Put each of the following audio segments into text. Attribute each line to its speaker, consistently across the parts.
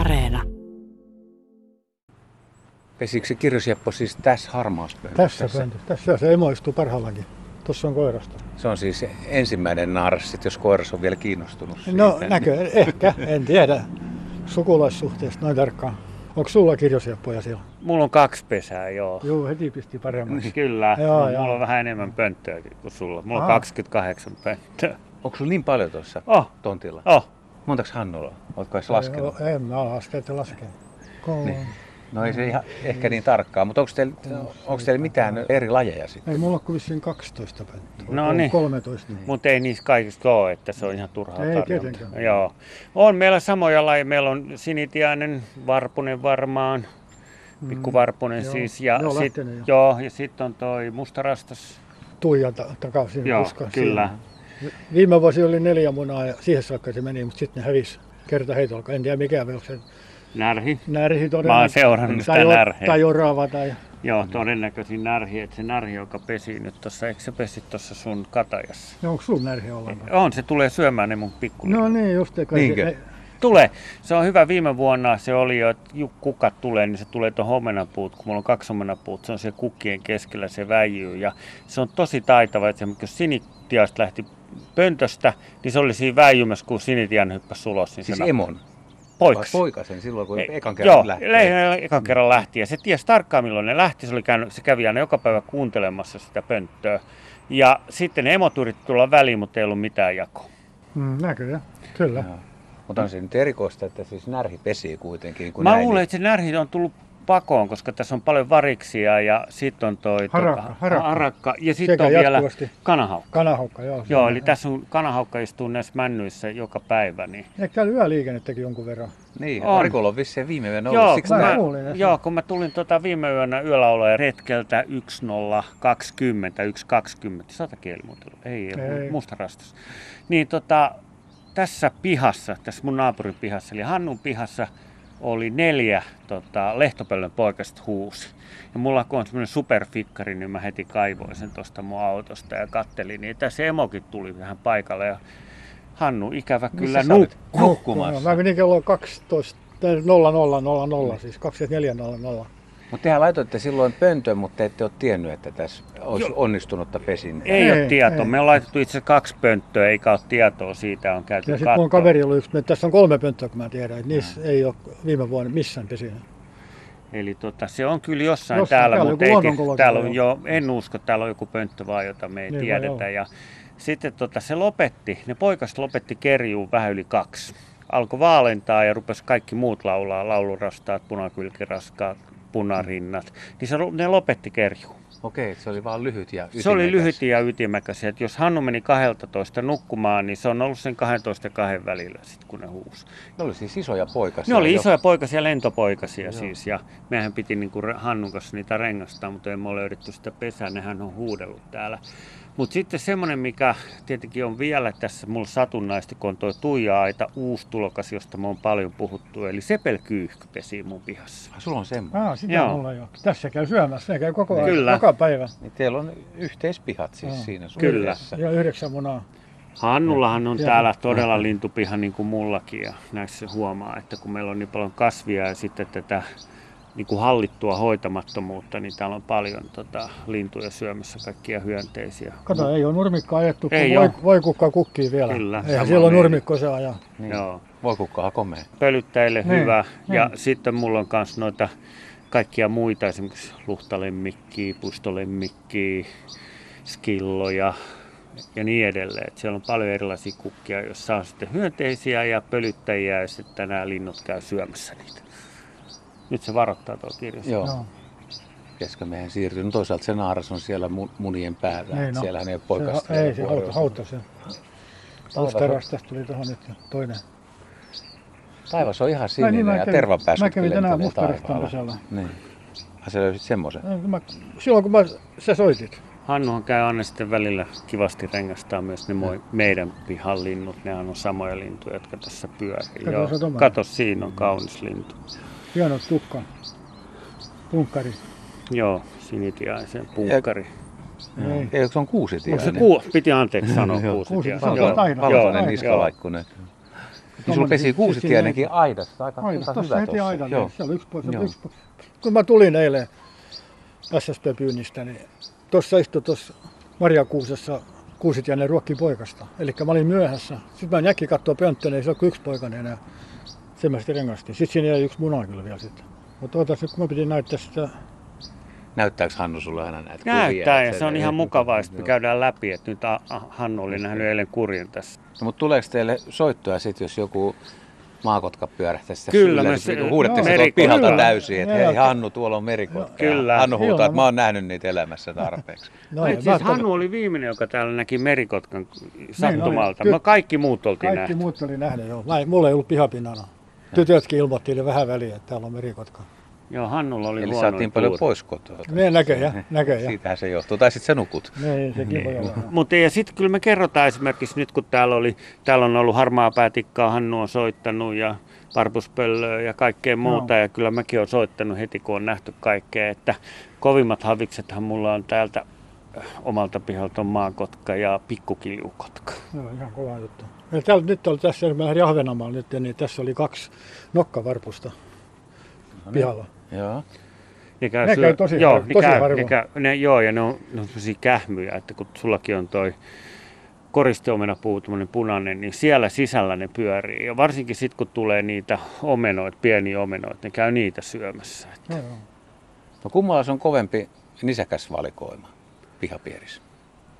Speaker 1: Areena.
Speaker 2: Pesikö se kirjosjeppo siis tässä harmaassa pöntössä?
Speaker 3: Tässä pöntössä. Tässä joo, se emo istuu parhaillaankin. Tuossa on koirasta.
Speaker 2: Se on siis ensimmäinen naarssit, jos koiras on vielä kiinnostunut siitä. niin
Speaker 3: No näkö, ehkä, en tiedä. Sukulaissuhteesta noin tarkkaan. Onko sulla kirjosjappoja siellä? Niin,
Speaker 4: Mulla on kaksi pesää, joo.
Speaker 3: Joo, heti pisti paremmaksi.
Speaker 4: Niin. Kyllä,
Speaker 3: Joo,
Speaker 4: joo,
Speaker 3: joo.
Speaker 4: mulla on vähän enemmän pönttöä kuin sulla. Mulla on
Speaker 3: Aha.
Speaker 4: 28 pönttöä.
Speaker 2: Onko sulla niin paljon tuossa
Speaker 4: Oh,
Speaker 2: tontilla?
Speaker 4: oh.
Speaker 2: Montaks Hannulla on? Ootko edes laskenut?
Speaker 3: Joo, En mä ole laskenut, en laskenut. Kolme.
Speaker 2: Niin. No ei se ihan, ehkä niin tarkkaan, mutta onko teillä, onko teillä mitään eri lajeja sitten?
Speaker 3: Ei mulla ole kuin vissiin 12 pönttöä.
Speaker 4: No
Speaker 3: On
Speaker 4: niin.
Speaker 3: 13.
Speaker 4: Mutta ei niissä kaikista ole, että se on ihan turhaa
Speaker 3: Ei
Speaker 4: tarjontaa.
Speaker 3: tietenkään.
Speaker 4: Joo. On meillä samoja lajeja. Meillä on sinitiainen, varpunen varmaan, pikkuvarpunen
Speaker 3: Mm. joo.
Speaker 4: siis. Ja
Speaker 3: Joo, lähtenyt
Speaker 4: sitten
Speaker 3: jo.
Speaker 4: joo, ja sit on toi mustarastas.
Speaker 3: Tuija ta- takaisin.
Speaker 4: Joo,
Speaker 3: puskaan
Speaker 4: kyllä.
Speaker 3: siinä. Viime vuosi oli neljä munaa ja siihen saakka se meni, mutta sitten ne hävisi kerta heitolla. En tiedä mikä vielä se
Speaker 4: Närhi.
Speaker 3: närhi
Speaker 4: Mä oon seurannut sitä
Speaker 3: tai, o-
Speaker 4: närheä.
Speaker 3: tai orava tai...
Speaker 4: Joo, todennäköisin närhi, että se närhi, joka pesi nyt tuossa, eikö se pesi tuossa sun katajassa?
Speaker 3: No, onko sulla närhi ollenkaan?
Speaker 4: On, se tulee syömään ne mun pikkulinnut.
Speaker 3: No niin, just ei kai se-
Speaker 2: Niinkö?
Speaker 3: ei-
Speaker 4: Tulee. Se on hyvä. Viime vuonna se oli jo, että ju- kukat tulee, niin se tulee tuon homenapuut, kun mulla on kaksi homenapuut. Se on siellä kukkien keskellä, se väijyy. Ja se on tosi taitava, että se, jos sinitiasta lähti pöntöstä, niin se oli siinä väijymässä, kun sinitian hyppäsi ulos. Niin
Speaker 2: Siis
Speaker 4: se na-
Speaker 2: emon?
Speaker 4: poikas.
Speaker 2: Vai Poikasen silloin, kun
Speaker 4: Ei,
Speaker 2: ekan kerran
Speaker 4: Joo,
Speaker 2: lähtee.
Speaker 4: le- ekan kerran lähti. Ja se tiesi tarkkaan, milloin ne lähti. Se, oli käynyt, se kävi aina joka päivä kuuntelemassa sitä pönttöä. Ja sitten ne emot yritti tulla väliin, mutta ei ollut mitään jakoa.
Speaker 3: Mm, näköjään, kyllä.
Speaker 2: Joo. Mutta on se nyt erikoista, että siis närhi pesii kuitenkin. Kun
Speaker 4: Mä
Speaker 2: näin, niin-
Speaker 4: luulen, että se närhi on tullut pakoon, koska tässä on paljon variksia ja sitten on toi tota,
Speaker 3: Harakka, harakka.
Speaker 4: harakka. ja sitten
Speaker 3: Sekä
Speaker 4: on vielä
Speaker 3: jatkuvasti.
Speaker 4: kanahaukka.
Speaker 3: Kanahaukka, joo.
Speaker 4: Joo, eli tässä on kanahaukka istuu näissä männyissä joka päivä. Niin.
Speaker 3: Eikö täällä yöliikennettäkin jonkun verran?
Speaker 2: Niin,
Speaker 4: on.
Speaker 2: Rikolla on vissiin viime yönä ollut.
Speaker 4: Joo,
Speaker 2: Siksi
Speaker 3: mä-
Speaker 2: nää-
Speaker 3: luulin, että-
Speaker 4: joo, kun mä tulin tota viime yönä yölaulajan retkeltä 1020, 120, satakieli muuten, ollut. ei, ei.
Speaker 3: Ei.
Speaker 4: mustarastas. Niin tota, tässä pihassa, tässä mun naapurin pihassa, eli Hannun pihassa, oli neljä tota, lehtopöllön poikasta huusi. Ja mulla kun on semmoinen superfikkari, niin mä heti kaivoin sen tuosta mun autosta ja kattelin. Niin tässä emokin tuli tähän paikalle ja Hannu ikävä kyllä
Speaker 2: sä olit?
Speaker 4: nukkui.
Speaker 3: No,
Speaker 2: Nukkumassa.
Speaker 3: mä menin kello 12, tai 0000, siis 2400.
Speaker 2: Mutta tehän laitoitte silloin pöntön, mutta ette ole tiennyt, että tässä olisi onnistunutta pesintä.
Speaker 4: Ei, ei
Speaker 3: Ei,
Speaker 4: ole tietoa.
Speaker 3: ei.
Speaker 4: Me on laitettu itse asiassa kaksi pönttöä, eikä ole tietoa siitä, on käyty
Speaker 3: Ja sitten
Speaker 4: kattoa.
Speaker 3: mun kaveri oli yksi, että tässä on kolme pönttöä, kun mä tiedän, että niissä
Speaker 4: Mm.
Speaker 3: ei ole viime vuonna missään pesinyt.
Speaker 4: Eli tota, se on kyllä jossain,
Speaker 3: Jossain
Speaker 4: täällä,
Speaker 3: täällä,
Speaker 4: mutta
Speaker 3: joku
Speaker 4: ei,
Speaker 3: luonnonkologi
Speaker 4: täällä on
Speaker 3: on.
Speaker 4: jo, en usko, että täällä on joku pönttö vaan, jota me ei
Speaker 3: Niin vai
Speaker 4: tiedetä.
Speaker 3: joo.
Speaker 4: Ja sitten tota, se lopetti, ne poikaset lopetti kerjuun vähän yli kaksi. Alkoi vaalentaa ja rupesi kaikki muut laulaa, laulurastaat, punakylkiraskaat, punarinnat. Niin se, ne lopetti kerjuun.
Speaker 2: Okei, se oli vaan lyhyt ja
Speaker 4: Se oli
Speaker 2: ytimekäs.
Speaker 4: lyhyt ja ytimäkäs. että jos Hannu meni 12 nukkumaan, niin se on ollut sen 12 ja kahden välillä, sit, kun ne huusi.
Speaker 2: Ne oli siis isoja poikasia.
Speaker 4: Ne oli
Speaker 2: jo.
Speaker 4: isoja poikasia, lentopoikasia siis, ja mehän piti niin kuin Hannun kanssa niitä rengastaa, mutta ei me ole löydetty sitä pesää, nehän on huudellut täällä. Mutta sitten semmoinen, mikä tietenkin on vielä tässä mulla satunnaisesti, kun on toi Tuija-aita, uusi tulokas, josta me on paljon puhuttu, eli sepelkyyhky pesi mun pihassa.
Speaker 2: Ai, Sulla on semmoinen.
Speaker 3: Ah, sitä
Speaker 4: Joo.
Speaker 3: Joo. mulla ei ole. Tässä käy syömässä, ne käy koko ajan,
Speaker 4: Kyllä.
Speaker 3: joka päivä.
Speaker 2: Niin teillä on yhteispihat siis
Speaker 3: Ah. Joo.
Speaker 2: siinä sun
Speaker 4: Kyllä.
Speaker 2: yhdessä.
Speaker 3: Ja yhdeksän munaa.
Speaker 4: Hannullahan on
Speaker 3: Joo.
Speaker 4: täällä todella lintupiha niin kuin mullakin ja näissä huomaa, että kun meillä on niin paljon kasvia ja sitten tätä niin kuin hallittua hoitamattomuutta, niin täällä on paljon tota, lintuja syömässä kaikkia hyönteisiä.
Speaker 3: Kato, ei ole nurmikkaa ajettu, kun
Speaker 4: Ei
Speaker 3: voi,
Speaker 4: oo.
Speaker 3: voi kukka kukkii vielä.
Speaker 4: Kyllä, sama
Speaker 3: Eihän siellä ole
Speaker 4: meillä.
Speaker 3: nurmikko se ajaa.
Speaker 2: Niin.
Speaker 4: Joo.
Speaker 2: Voi kukkaa komea.
Speaker 4: Pölyttäjille
Speaker 3: Niin,
Speaker 4: hyvä. Ja
Speaker 3: niin.
Speaker 4: sitten mulla on myös noita kaikkia muita, esimerkiksi luhtalemmikkiä, puistolemmikkiä, skilloja ja niin edelleen. Et siellä on paljon erilaisia kukkia, joissa on sitten hyönteisiä ja pölyttäjiä ja sitten nämä linnut käy syömässä niitä. Nyt se varoittaa tuo kirjassa.
Speaker 2: Joo.
Speaker 3: Joo.
Speaker 2: Keskömiehen siirtyy. No toisaalta se naaras on siellä mu- munien päällä.
Speaker 3: Niin
Speaker 2: Niin,
Speaker 3: on.
Speaker 2: Siellähän ei ole
Speaker 3: Se,
Speaker 2: poikasta.
Speaker 3: ei,
Speaker 2: vielä
Speaker 3: se
Speaker 2: vuorossa.
Speaker 3: hauta, hauta se.
Speaker 2: Taivas,
Speaker 3: Musterasta tuli tuohon nyt ja toinen.
Speaker 2: on- taivas on ihan
Speaker 3: Ai
Speaker 2: sininen
Speaker 3: No niin, mä
Speaker 2: ja
Speaker 3: kävin-
Speaker 2: tervapääskyt
Speaker 3: Mä kävin tänään
Speaker 2: lentelee
Speaker 3: mustarastan
Speaker 2: taivaalla.
Speaker 3: pesällä.
Speaker 2: Niin. Ai sä löysit semmoisen.
Speaker 3: Mä, silloin No, kun mä, sä soitit.
Speaker 4: Hannuhan käy aina sitten välillä kivasti rengastaa myös ne moi, meidän pihan linnut. Nehän on samoja lintuja, jotka tässä pyörii.
Speaker 3: Kato,
Speaker 4: Joo.
Speaker 3: se on tommonen.
Speaker 4: Kato, siinä on kaunis lintu.
Speaker 3: Hieno tukka. Punkkari.
Speaker 4: Joo, sinitiaisen punkkari.
Speaker 3: Ei.
Speaker 2: Eikö se on kuusi niin-
Speaker 4: Onko se kuu? Piti anteeksi sanoa
Speaker 2: Joo.
Speaker 4: kuusi.
Speaker 3: Kuusi-
Speaker 4: tiainen.
Speaker 3: se on
Speaker 4: Joo. niin
Speaker 3: taina.
Speaker 4: Joo.
Speaker 2: Palonen
Speaker 3: Joo.
Speaker 2: niskalaikkunen. Niin sulla pesi kuusitiainenkin aidassa. Aika,
Speaker 3: Aina,
Speaker 2: aika
Speaker 3: tässä
Speaker 2: hyvä
Speaker 3: heti
Speaker 2: tuossa.
Speaker 3: aidalla.
Speaker 2: Joo.
Speaker 3: Siellä yksi pois,
Speaker 2: Joo.
Speaker 3: yksi pois. Kun mä tulin eilen SSP-pyynnistä, niin tuossa istui tuossa Marjakuusessa kuusitiainen ruokki poikasta. Eli mä olin myöhässä. Sitten mä en äkki katsoa pönttöön, ei se ole kuin yksi poikainen enää. Sen mä sitten rengastin. Sitten siinä jäi yksi muna kyllä vielä sitten. Mutta ootas nyt, kun mä pidin näyttää sitä.
Speaker 2: Näyttääkö Hannu sulle aina näitä kuvia?
Speaker 4: Näyttää ja
Speaker 2: Että
Speaker 4: se on
Speaker 2: ei-
Speaker 4: ihan
Speaker 2: ei-
Speaker 4: mukavaa, jos me
Speaker 2: Joo.
Speaker 4: käydään läpi, että nyt a- a- Hannu oli nähnyt eilen kurjin tässä.
Speaker 2: No, mutta tuleeko teille soittoja sitten, jos joku maakotka pyörähtää sitä
Speaker 4: Kyllä,
Speaker 2: syllä,
Speaker 4: me
Speaker 2: niin
Speaker 4: se-
Speaker 2: niinku huudatteko
Speaker 4: joo.
Speaker 2: se tuolta
Speaker 4: Merikotka.
Speaker 2: pihalta
Speaker 4: Kyllä.
Speaker 2: täysin, että
Speaker 3: Joo.
Speaker 2: hei Hannu, tuolla on merikotka.
Speaker 4: Joo. Kyllä.
Speaker 2: Hannu
Speaker 3: Joo,
Speaker 2: huutaa, että
Speaker 3: mä-
Speaker 2: mä oon nähnyt niitä elämässä tarpeeksi.
Speaker 4: No,
Speaker 3: en
Speaker 4: siis
Speaker 3: mä-
Speaker 4: Hannu oli viimeinen, joka täällä näki merikotkan sattumalta.
Speaker 3: oli.
Speaker 4: Me kaikki muut oltiin
Speaker 3: Kaikki
Speaker 4: nähty.
Speaker 3: muut oli nähnyt jo. Mä, en- mulla ei ollut pihapinana. Tytötkin ilmoitti niille vähän väliä, että täällä on merikotka.
Speaker 4: Joo, Hannulla oli
Speaker 2: Eli
Speaker 4: huonoin
Speaker 2: saatiin paljon
Speaker 4: tuuri.
Speaker 2: pois kotoa.
Speaker 3: Ne Niin, näköjään, näköjään.
Speaker 2: Siitähän se johtuu. Tai sitten sä nukut.
Speaker 3: Niin, sekin voi olla.
Speaker 4: Mutta ja sitten kyllä me kerrotaan esimerkiksi nyt, kun täällä, oli, täällä on ollut harmaa päätikkaa, Hannu on soittanut ja parpuspöllöä ja kaikkea muuta. Ja kyllä mäkin olen soittanut heti, kun on nähty kaikkea. Että kovimmat haviksethan mulla on täältä äh, omalta pihalta on maakotka ja pikkukiljukotka.
Speaker 3: Joo, ihan kova juttu. Eli täällä, nyt oli tässä, mä lähdin Ahvenanmaalle nyt, niin tässä oli kaksi nokkavarpusta
Speaker 4: No niin.
Speaker 3: pihalla.
Speaker 2: Joo.
Speaker 4: Ne käy,
Speaker 3: Ne
Speaker 4: syö-
Speaker 3: käy tosi
Speaker 4: joo,
Speaker 3: harvoin,
Speaker 4: ne
Speaker 3: tosi
Speaker 4: käy, ne
Speaker 3: harvoin.
Speaker 4: käy, ne, joo, ja ne on, ne on sellaisia kähmyjä, että kun sullakin on toi koristeomenapuu, tämmöinen punainen, niin siellä sisällä ne pyörii. Ja varsinkin sitten, kun tulee niitä omenoita, pieniä omenoita, ne käy niitä syömässä. Et
Speaker 3: Joo, joo.
Speaker 2: No kummalla se on kovempi nisäkäs valikoima pihapiirissä?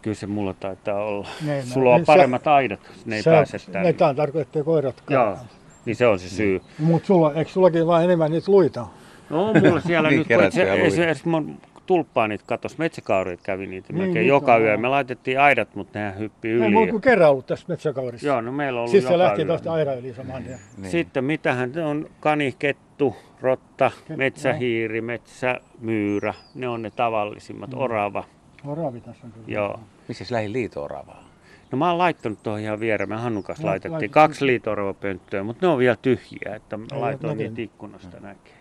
Speaker 4: kyllä se mulla taitaa olla.
Speaker 3: Ne, no,
Speaker 4: Sulla on
Speaker 3: se-
Speaker 4: paremmat aidat, ne ei
Speaker 3: Sä-
Speaker 4: pääse tänne.
Speaker 3: Ne tää tarkoittaa
Speaker 4: Joo,
Speaker 3: koiratkaan.
Speaker 4: niin se on se syy.
Speaker 2: Mm.
Speaker 3: Mutta sulla, eikö sullakin vaan enemmän niitä luita?
Speaker 4: No on mulla siellä
Speaker 2: Niin
Speaker 4: nyt, kun
Speaker 2: kerättyjä
Speaker 4: se,
Speaker 2: luita.
Speaker 4: esimerkiksi mun tulppaa niitä katos, metsäkaurit kävi niitä
Speaker 3: Niin,
Speaker 4: melkein
Speaker 3: nyt
Speaker 4: joka
Speaker 3: on
Speaker 4: yö.
Speaker 3: vaan.
Speaker 4: Me laitettiin aidat, mutta nehän hyppi
Speaker 3: Ei
Speaker 4: yli.
Speaker 3: mulla kuin kerran ollut tässä metsäkaurissa.
Speaker 4: Joo, no meillä on ollut
Speaker 3: Siis se
Speaker 4: joka
Speaker 3: lähti
Speaker 4: yö.
Speaker 3: tästä aira yli saman tien.
Speaker 2: Niin.
Speaker 4: Sitten mitähän ne on kani, kettu, rotta, metsähiiri, metsämyyrä. Ne on ne tavallisimmat, orava.
Speaker 3: Oravi tässä on kyllä.
Speaker 4: Joo.
Speaker 2: Missäs lähin liito-oravaa?
Speaker 4: No mä oon laittanut tuohon ihan viereen. Me Hannun kanssa
Speaker 3: No,
Speaker 4: laitettiin
Speaker 3: laitettiin.
Speaker 4: kaksi liitoravapönttöä, mutta ne on vielä tyhjiä, että mä
Speaker 3: Ei,
Speaker 4: laitoin
Speaker 3: näkyy.
Speaker 4: niitä ikkunasta näkee.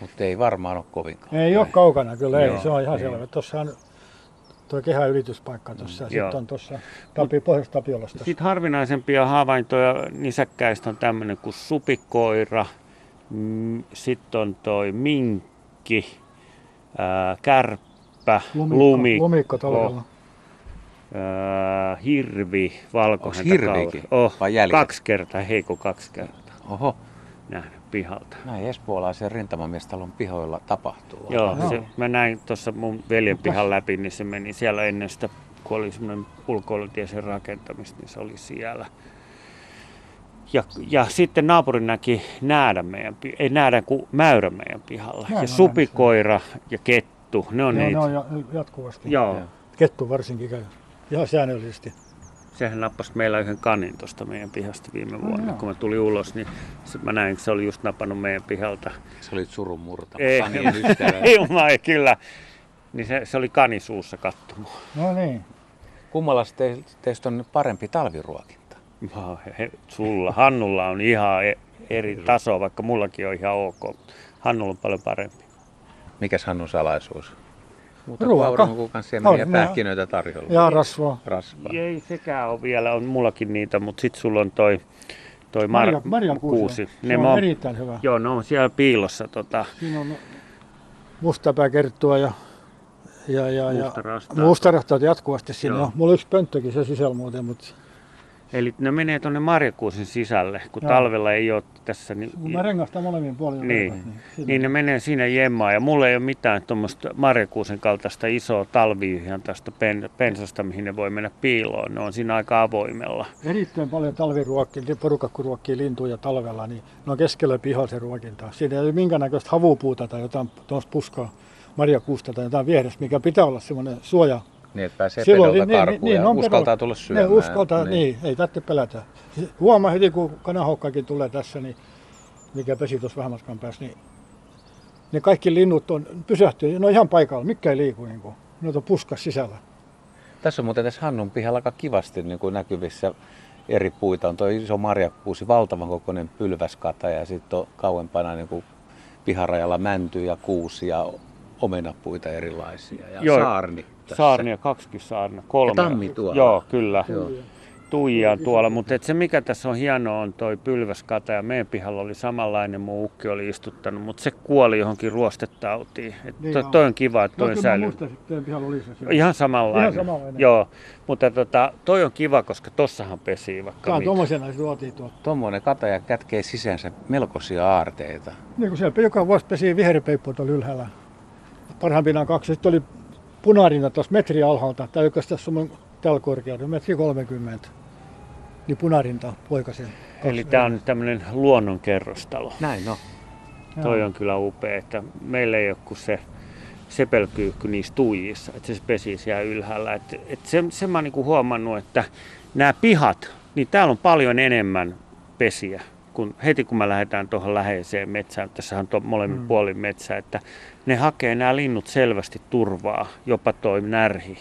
Speaker 2: Mutta ei varmaan ole kovinkaan.
Speaker 3: Ei ole kaukana kyllä,
Speaker 4: Joo, Mm.
Speaker 3: ei. Se on ihan
Speaker 2: niin.
Speaker 3: selvä. Tuossa on tuo kehän ylityspaikka tuossa ja
Speaker 4: Joo.
Speaker 3: sitten on tuossa Tapi, Pohjois-Tapiolassa.
Speaker 4: Sitten harvinaisempia havaintoja nisäkkäistä on tämmöinen kuin supikoira, sitten on toi minkki, ää, kärppä, lumikko,
Speaker 3: lumikko talvella.
Speaker 4: Öö, hirvi,
Speaker 2: Onks
Speaker 4: valkoinen Oh,
Speaker 2: hirviäkin? Vai jäljellä?
Speaker 4: kaksi kertaa, heiko kaksi kertaa
Speaker 2: Oho,
Speaker 4: nähnyt pihalta.
Speaker 2: näin espoolaisen rintamamiestalon pihoilla tapahtuu.
Speaker 4: Joo,
Speaker 3: Joo.
Speaker 4: se, mä näin tuossa mun veljen pihan läpi, niin se meni siellä ennen sitä, kun oli semmoinen ulkoilutie sen rakentamista, niin se oli siellä. Ja, ja sitten naapuri näki näädä meidän, pi- ei näädä kuin mäyrä meidän pihalla.
Speaker 3: Mä en
Speaker 4: ja
Speaker 3: ole
Speaker 4: supikoira ja kettu, ne on
Speaker 3: Joo, ne
Speaker 4: niitä.
Speaker 3: on ja- jatkuvasti.
Speaker 4: No niin. Joo,
Speaker 2: Joo.
Speaker 3: Kettu varsinkin käy. Ihan säännöllisesti.
Speaker 4: sehän nappasi meillä yhden kanin tuosta meidän pihasta viime vuonna.
Speaker 3: joo.
Speaker 4: kun mä tulin ulos, niin se, mä näin, että se oli just napannut meidän pihalta.
Speaker 2: Se oli surun murta.
Speaker 4: Ei.
Speaker 2: Sanien ystävä.
Speaker 4: Ilma ei kyllä. Niin se, se oli kani suussa kattomaan.
Speaker 3: No niin.
Speaker 2: Kummalla te, teistä on parempi talviruokinta?
Speaker 4: Mä- he- Sulla, Hannulla on ihan e- eri taso, vaikka mullakin on ihan ok. mutta Hannulla on paljon parempi.
Speaker 2: Mikäs Hannun salaisuus? Muuta
Speaker 3: Ruoka. No,
Speaker 2: kuukan siemeniä ja
Speaker 3: Aurinko-
Speaker 2: pähkinöitä tarjolla.
Speaker 3: Ja rasvaa.
Speaker 2: Rasvaa.
Speaker 4: Ei sekään ole vielä, on mullakin niitä, mutta sit sulla on toi, toi
Speaker 3: Marja,
Speaker 4: mar-
Speaker 3: marjakuusi.
Speaker 4: kuusi.
Speaker 3: Se
Speaker 4: Ne
Speaker 3: on,
Speaker 4: mä oon-
Speaker 3: erittäin hyvä.
Speaker 4: Joo, ne on siellä piilossa. Tota,
Speaker 3: Siinä on mustapääkerttua ja ja, ja, ja
Speaker 4: Mustarahtaat.
Speaker 3: mustarahtaat jatkuvasti siinä.
Speaker 4: Joo.
Speaker 3: on. Mulla on yksi pönttökin se sisällä muuten, mutta
Speaker 4: eli ne menee tuonne marjakuusin sisälle, kun
Speaker 3: Joo.
Speaker 4: talvella ei ole tässä. Niin,
Speaker 3: kun mä rengastan molemmin puolin.
Speaker 4: Niin.
Speaker 3: renkaat, siinä-
Speaker 4: Niin ne menee siinä jemmaan ja mulla ei ole mitään tuommoista marjakuusen kaltaista isoa talviyhjän tästä pen, pensasta, mihin ne voi mennä piiloon. Ne on siinä aika avoimella.
Speaker 3: Erittäin paljon talviruokkia, porukka kun ruokkii lintuja talvella, niin ne on keskellä pihaa se ruokinta. Siinä ei ole minkäännäköistä havupuuta tai jotain tuosta puskaa, marjakuusta tai jotain vieressä, mikä pitää olla semmoinen suoja.
Speaker 2: Niin, että pääsee
Speaker 3: Silloin
Speaker 2: pedolta
Speaker 3: ne- ne-
Speaker 2: karkuun
Speaker 3: niin,
Speaker 2: ja
Speaker 3: ne on
Speaker 2: uskaltaa
Speaker 3: pedolla.
Speaker 2: tulla
Speaker 3: Ne
Speaker 2: syömään.
Speaker 3: uskaltaa, niin. ei tarvitse pelätä. Huomaa heti, kun kanahokkakin tulee tässä, niin mikä pesi tuossa vähän matkan päässä, niin ne kaikki linnut on pysähtynyt, ne on ihan paikalla, mikä ei liiku, niin kuin. ne on puskas sisällä.
Speaker 2: Tässä on muuten tässä Hannun pihalla aika kivasti niin kuin näkyvissä eri puita. On tuo iso marjakuusi, valtavan kokoinen pylväskata ja sitten on kauempana niin kuin piharajalla mänty ja kuusi ja omenapuita erilaisia ja
Speaker 4: Joo.
Speaker 2: saarni. tässä.
Speaker 4: Saarnia, 20 saarna, kolme.
Speaker 2: Ja tammi tuolla.
Speaker 4: Joo, kyllä.
Speaker 2: Joo.
Speaker 4: Tuijaan tuolla, mutta et se mikä tässä on hienoa on toi pylväskata ja meidän pihalla oli samanlainen, mun ukki oli istuttanut, mutta se kuoli johonkin ruostetautiin. Et
Speaker 3: Niin
Speaker 4: toi,
Speaker 3: on.
Speaker 4: toi on kiva, että toi
Speaker 3: kyllä mä
Speaker 4: säilyy.
Speaker 3: muistan, että teidän pihalla oli se siellä.
Speaker 4: Ihan samanlainen.
Speaker 3: Ihan samanlainen.
Speaker 4: Joo, mutta tota, toi on kiva, koska tossahan pesii
Speaker 3: Tää
Speaker 4: vaikka
Speaker 3: on
Speaker 4: mitä.
Speaker 3: tuommoisena, se ruotii tuolta.
Speaker 2: Tuommoinen kataja kätkee sisäänsä melkoisia aarteita.
Speaker 3: Niin kuin siellä joka vuosi pesii viherpeippu tuolla ylhäällä. Parhaimpinaan kaksi. Sitten oli punarinta tuossa metri alhaalta, tai joka tässä on tällä korkeudella, metri 30. Niin punarinta poikasen.
Speaker 4: Eli tämä on tämmöinen luonnonkerrostalo.
Speaker 2: Näin no.
Speaker 3: Joo.
Speaker 4: Toi on kyllä upea, että meillä ei ole kuin se sepelkyykky niissä tuijissa, että se pesii siellä ylhäällä. Et, et se, sen mä oon niinku huomannut, että nämä pihat, niin täällä on paljon enemmän pesiä. Kun, heti kun me lähdetään tuohon läheiseen metsään, tässä on to, molemmin
Speaker 3: Mm.
Speaker 4: puolin metsä, että ne hakee nämä linnut selvästi turvaa, jopa toi närhi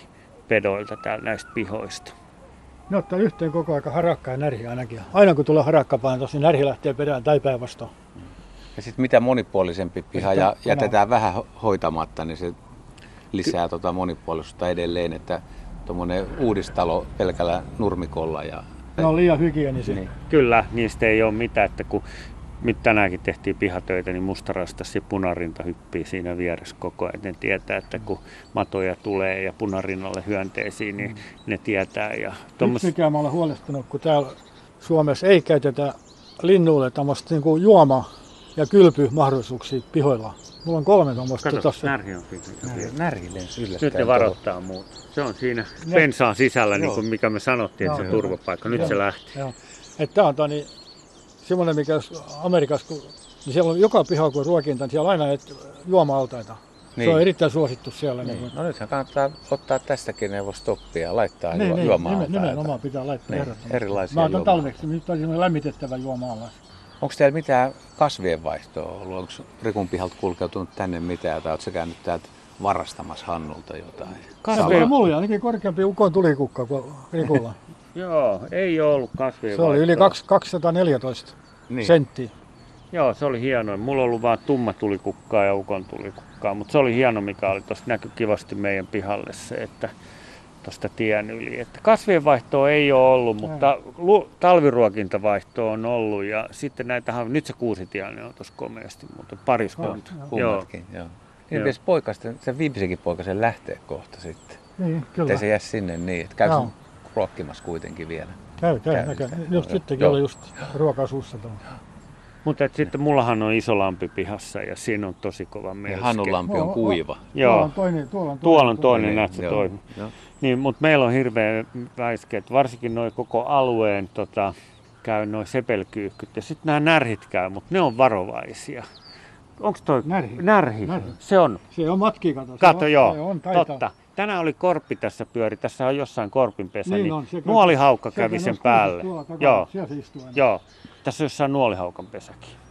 Speaker 4: pedoilta täällä näistä pihoista.
Speaker 3: Ne ottaa yhteen koko aika harakka ja närhi ainakin. Aina kun tulee harakka paintos, niin närhi lähtee perään tai päinvastoin.
Speaker 2: Ja sitten mitä monipuolisempi piha
Speaker 3: sitten
Speaker 2: ja
Speaker 3: on-
Speaker 2: jätetään vähän ho- hoitamatta, niin se lisää tota monipuolisuutta edelleen, että tuommoinen uudistalo pelkällä nurmikolla ja
Speaker 3: Ne on liian hygienisiä.
Speaker 2: niin.
Speaker 4: Kyllä, niistä ei ole mitään, että kun nyt tänäänkin tehtiin pihatöitä, niin mustarastas ja punarinta hyppii siinä vieressä koko ajan. Ne tietää, että kun matoja tulee ja punarinnalle hyönteisiin, niin ne tietää. Ja
Speaker 3: Tommos...
Speaker 4: tommos...
Speaker 3: Yksi mikä mä olen huolestunut, kun täällä Suomessa ei käytetä linnuille tämmöistä niin kuin juoma- ja kylpymahdollisuuksia pihoilla. Mulla on kolme tuommoista
Speaker 4: Kato,
Speaker 3: tuossa.
Speaker 4: närhi on siinä.
Speaker 2: Närhilleen sillä
Speaker 4: Nyt ne varoittaa muut. Se on siinä pensaan sisällä, niin
Speaker 2: Joo.
Speaker 4: kuin mikä me sanottiin, että se
Speaker 3: Joo.
Speaker 4: on turvapaikka. Nyt se
Speaker 3: Joo.
Speaker 4: lähti.
Speaker 3: Joo. Että tää on tää, niin, semmoinen, mikä jos Amerikassa, kun, niin siellä on joka piha, kun on ruokinta, niin siellä on aina näitä juoma-altaita. Niin.
Speaker 2: Niin.
Speaker 3: Se on erittäin suosittu siellä. Niin.
Speaker 2: Niin.
Speaker 3: Niin.
Speaker 2: No nythän kannattaa ottaa tästäkin neuvostoppia ja laittaa
Speaker 3: Niin,
Speaker 2: juo,
Speaker 3: niin,
Speaker 2: juomaan.
Speaker 3: nimen-
Speaker 2: altaita.
Speaker 3: nimenomaan pitää laittaa
Speaker 2: Niin,
Speaker 3: ehdottomasti.
Speaker 2: erilaisia
Speaker 3: Mä otan
Speaker 2: juomaa.
Speaker 3: talveksi, niin nyt on semmoinen lämmitettävä juoma
Speaker 2: Onko teillä mitään kasvienvaihtoa ollut? Onko Rikun pihalta kulkeutunut tänne mitään tai oletko käynyt täältä varastamassa Hannulta jotain?
Speaker 4: Kasveja-
Speaker 2: Salaa?
Speaker 3: Mulla oli ainakin korkeampi ukon tulikukka kuin Rikulla.
Speaker 4: Joo, ei ole ollut
Speaker 3: Se oli yli
Speaker 4: kasvivaihtoa.
Speaker 3: kaks- 214
Speaker 2: Niin.
Speaker 3: niin. senttiä.
Speaker 4: Joo, se oli hieno. Mulla on ollut vaan tumma tulikukkaa ja ukon tulikukkaa, mutta se oli hieno, mikä oli tuossa näky kivasti meidän pihalle se, että tuosta tien yli. Että kasvienvaihtoa ei ole ollut, mutta lu- talviruokintavaihtoa on ollut ja sitten näitä, nyt se kuusitiainen on tuossa komeasti, mutta pariskunta.
Speaker 3: On,
Speaker 4: Joo.
Speaker 2: Kummatkin, joo. Niin
Speaker 4: Joo.
Speaker 2: pitäisi poikasten, sen viimeisenkin poikasen lähtee kohta sitten.
Speaker 3: Niin, kyllä.
Speaker 2: Ettei se jää sinne niin, että käy
Speaker 3: Joo.
Speaker 2: sen ruokkimassa kuitenkin vielä.
Speaker 3: Käy,
Speaker 2: Käy,
Speaker 3: käy, näkö.
Speaker 2: käy.
Speaker 3: Just sittenkin
Speaker 2: Joo.
Speaker 3: oli just ruokasuussa tuolla.
Speaker 4: Mutta et sitten mullahan on iso lampi pihassa ja siinä on tosi kova
Speaker 2: Ja
Speaker 4: melske.
Speaker 2: Hannulampi on
Speaker 3: Joo,
Speaker 2: kuiva.
Speaker 3: Tuolla
Speaker 4: Niin. Joo,
Speaker 3: on toinen, tuolla on
Speaker 4: tuolla on toinen,
Speaker 2: Niin,
Speaker 4: näet se
Speaker 2: joo,
Speaker 4: toinen.
Speaker 2: joo.
Speaker 4: Niin, mutta meillä on hirveä väiske, että varsinkin noin koko alueen tota, käy noin sepelkyyhkyt ja sitten nämä närhit käy, mutta ne on varovaisia. Onko toi
Speaker 3: Närhi.
Speaker 4: närhi?
Speaker 3: Närhi.
Speaker 4: Se on.
Speaker 3: Se on matki, kato.
Speaker 4: Kato,
Speaker 3: se on,
Speaker 4: joo.
Speaker 3: Se on, taitaa.
Speaker 4: Totta. Tänään oli korppi tässä pyöri. Tässä on jossain korpinpesä, niin,
Speaker 3: Niin
Speaker 4: niin
Speaker 3: on, se-
Speaker 4: nuolihaukka
Speaker 3: se-
Speaker 4: kävi
Speaker 3: se-
Speaker 4: sen
Speaker 3: se-
Speaker 4: päälle.
Speaker 3: tuolla takana,
Speaker 4: Joo,
Speaker 3: Siellä se istuu aina.
Speaker 4: joo. Tässä on jossain nuolihaukan pesäkin.